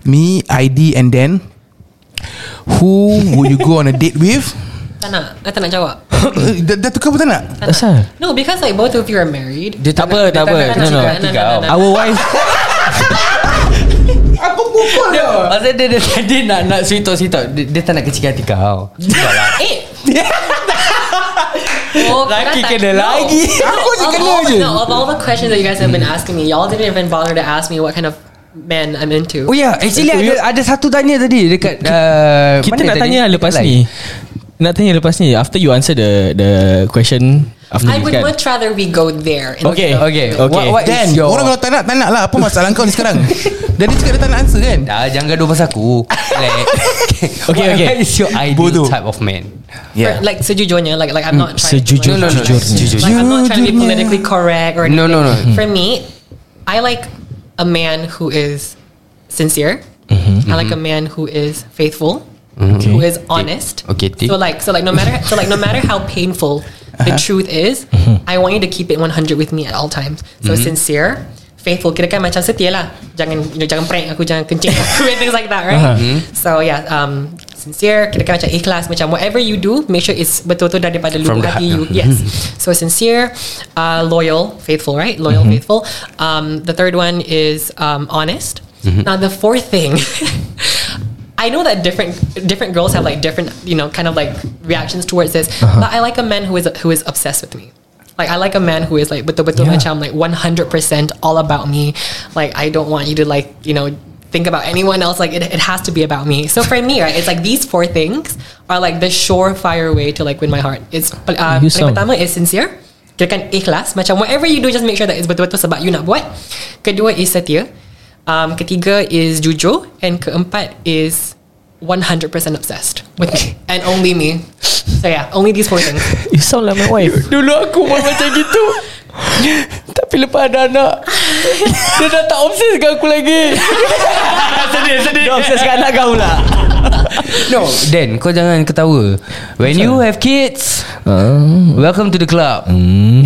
Me ID and Dan Who would you go on a date with Tak nak. I tak nak jawab. dah, dah tukar pun tak nak Tak nak. Asal? No, because like both of you are married. Dia Tak apa tak apa tak No nak no cakap. No, no, no, no. Our wife Aku pukul dia Pasal dia, dia tadi nak nak sweet talk sweet talk dia, dia tak nak kecil hati kau Eh. Oh, Laki kurang tak- kena lagi. No, Aku je of kena all- je. No, of all the questions that you guys have been asking me, y'all didn't even bother to ask me what kind of man I'm into. Oh yeah Actually ya. ada, ada satu tanya tadi Dekat uh, Kita mana nak tadi? tanya Dekat lepas line. ni Nak tanya lepas ni After you answer the the question After I this would kan much rather we go there. and- Okay Mm, Okay, okay. What, what Dan is your Orang kalau tak nak Tak nak lah Apa masalah kau ni sekarang Dan dia cakap dia tak nak answer kan Dah Ah, jangan gaduh pasal aku like, Okay, okay. What is your ideal Bodoh. type of man For, like sejujurnya, like Mm, like I'm not trying to, Sejujur No, no, no. jujurnya like, like I'm not trying to be Sejujurnya. politically correct or anything. No, no, no. For me, I like a man who is sincere. Mm-hmm. I like a man who is faithful, who is honest. Okay, Mm-hmm. tick. Uh-huh. So like so like no matter so like no matter how painful the truth is, Mm-hmm. I want you to keep it 100 with me at all times. So sincere, faithful. Kira-kira macam setia lah. Jangan you know, jangan prank aku, jangan kencing aku and things like that, right? Uh-huh. Mm-hmm. So yeah, um sincere, kira-kira macam ikhlas macam whatever you do, make sure it's betul-betul daripada From lubuk the hati heart. you. Yes. So sincere, uh, loyal, faithful, right? Loyal, faithful. Um, the third one is um, honest. Now the fourth thing, I know that different different girls have like different you know kind of like reactions towards this, but I like a man who is who is obsessed with me. Like I like a man who is like betul betul Yeah. macam like one hundred percent all about me. Like I don't want you to like you know think about anyone else. Like it, it has to be about me. So for me, right, it's like these four things are like the surefire way to like win my heart. It's uh, You paling sound- pertama is sincere. Kira kan ikhlas Macam whatever you do Just make sure that It's betul-betul sebab you nak buat Kedua is setia um, Ketiga is jujur And keempat is 100% obsessed With me And only me So yeah Only these four things You sound like my wife Dulu aku pun macam gitu Tapi lepas ada anak Dia dah tak obses dengan aku lagi Sedih sedih Dia obses dengan anak kau pula No Dan kau jangan ketawa When you have kids Welcome to the club Ya,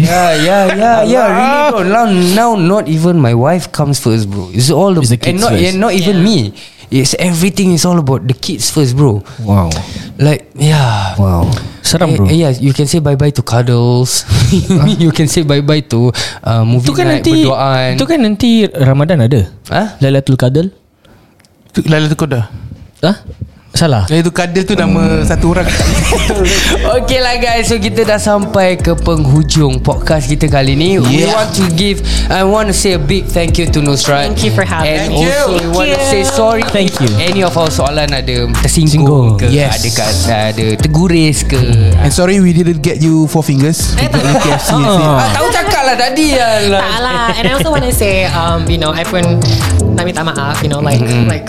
Yeah yeah yeah yeah Really bro now, now not even my wife comes first bro It's all the, It's the And kids not, first. and not even me It's everything is all about the kids first bro Wow Like yeah Wow Seram bro Eh, eh, yeah, you can say bye bye to cuddles. you can say bye bye to uh, movie Itu kan night, nanti berduaan. Itu kan nanti Ramadan ada Hah? Lailatul Qadar Tu- Lala tu koda Hah? Salah Lala tu kadil tu nama Satu orang Okay lah guys So kita dah sampai Ke penghujung Podcast kita kali ni We Yeah. want to give I want to say a big thank you To Nusrat Thank you for having And me. also We Thank want to you. say sorry Thank if you. Any of our soalan Ada tersinggung Singgung. ke Yes. Ada kat Ada terguris ke And sorry we didn't get you Four fingers Eh, tak apa. KFC ah, Tahu cakap lah tadi lah. Tak lah And I also want to say um, You know I pun Nak minta maaf You know like like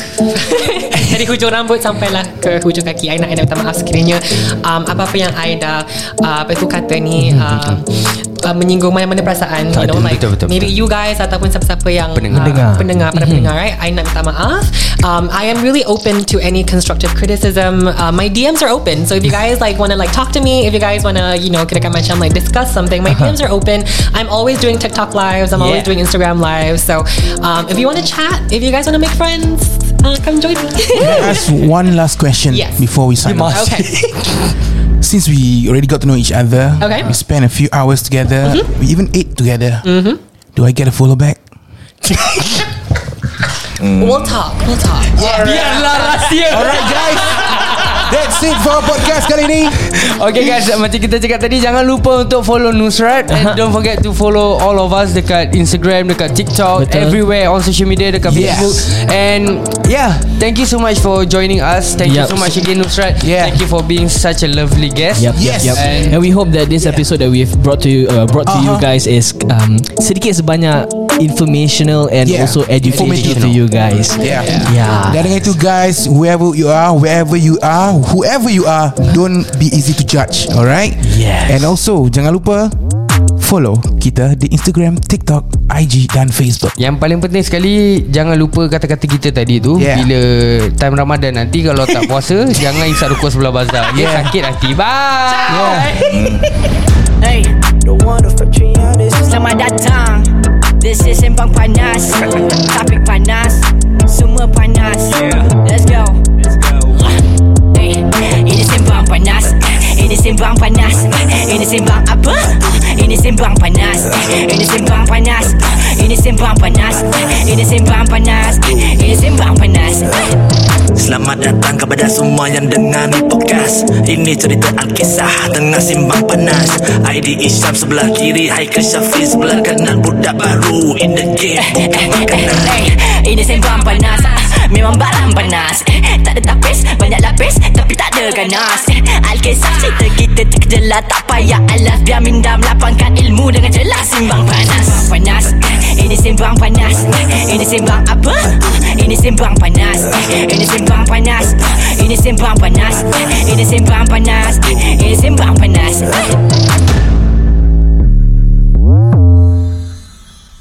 Dari hujung rambut Sampailah ke hujung kaki I nak, I nak minta maaf sekiranya um, Apa-apa yang I dah uh, Apa tu kata ni um, uh, Menyinggung mana-mana perasaan Tak You know ada, like betul, betul, Maybe you guys Ataupun siapa-siapa yang Pendengar. Mm-hmm. uh, Pendengar Para pendengar right I nak minta maaf um, I am really open To any constructive criticism uh, My DMs are open So if you guys like Wanna like talk to me If you guys wanna You know Kira-kira macam like Discuss something My DMs are open I'm always doing TikTok lives I'm always Uh-huh. Yeah. doing Instagram lives. So um, if you want to chat, if you guys want to make friends, uh, come join me. Ask one last question Yes. Before we sign off okay. Since we already got to know each other Okay. We spent a few hours together We even ate together Do I get a follow back? Mm. We'll talk. We'll talk. Biarlah rahsia Alright guys That's it for our podcast kali ni Okay guys Macam kita cakap tadi Jangan lupa untuk follow Nusrat And don't forget to follow All of us Dekat Instagram Dekat TikTok Betul. Everywhere On social media Dekat Yes. Facebook And Yeah Thank you so much For joining us Thank you Yup. so much again Nusrat Yeah. Thank you for being Such a lovely guest Yep, Yes. yep, yep. And- And, we hope that this episode that we've brought to you, uh, brought to you Uh-huh. guys is um, sedikit sebanyak informational and Yeah. also educational to Informational. you guys. Yeah. Yeah. Dan dengan itu guys Whoever you are Wherever you are Whoever you are Don't be easy to judge Alright Yes. And also Jangan lupa Follow kita di Instagram, TikTok, IG dan Facebook Yang paling penting sekali Jangan lupa kata-kata kita tadi tu Yeah. Bila Time Ramadan nanti Kalau tak puasa Jangan isap rukun sebelah bazar Dia sakit hati Bye Hey, the one of Patreon is Selamat datang This is Sembang Panas Topik panas Semua panas Let's go Hey, Ini Sembang Panas Ini Sembang Panas Ini Sembang apa? Ini Sembang Panas Ini Sembang Panas Ini sembang panas Ini sembang panas Ini sembang panas Selamat datang kepada semua yang dengar ni podcast Ini cerita Alkisah tengah simbang panas ID Isyam sebelah kiri Haikal Syafiq sebelah kanan Budak baru in the game bukan makanan Eh, Ini sembang panas Ah, Memang barang panas Eh, Tak ada tapis Banyak lapis Tapi tak ada ganas Eh, Alkisah cerita kita terkejelah Tak payah alas Biar minda melapangkan ilmu Dengan jelas Simbang panas Sembang panas Eh, Ini sembang panas Eh, Ini sembang apa? Ah, Ini sembang panas Eh, Ini sembang panas Ah, Ini sembang panas Eh, Ini sembang panas Eh, Ini sembang panas Eh,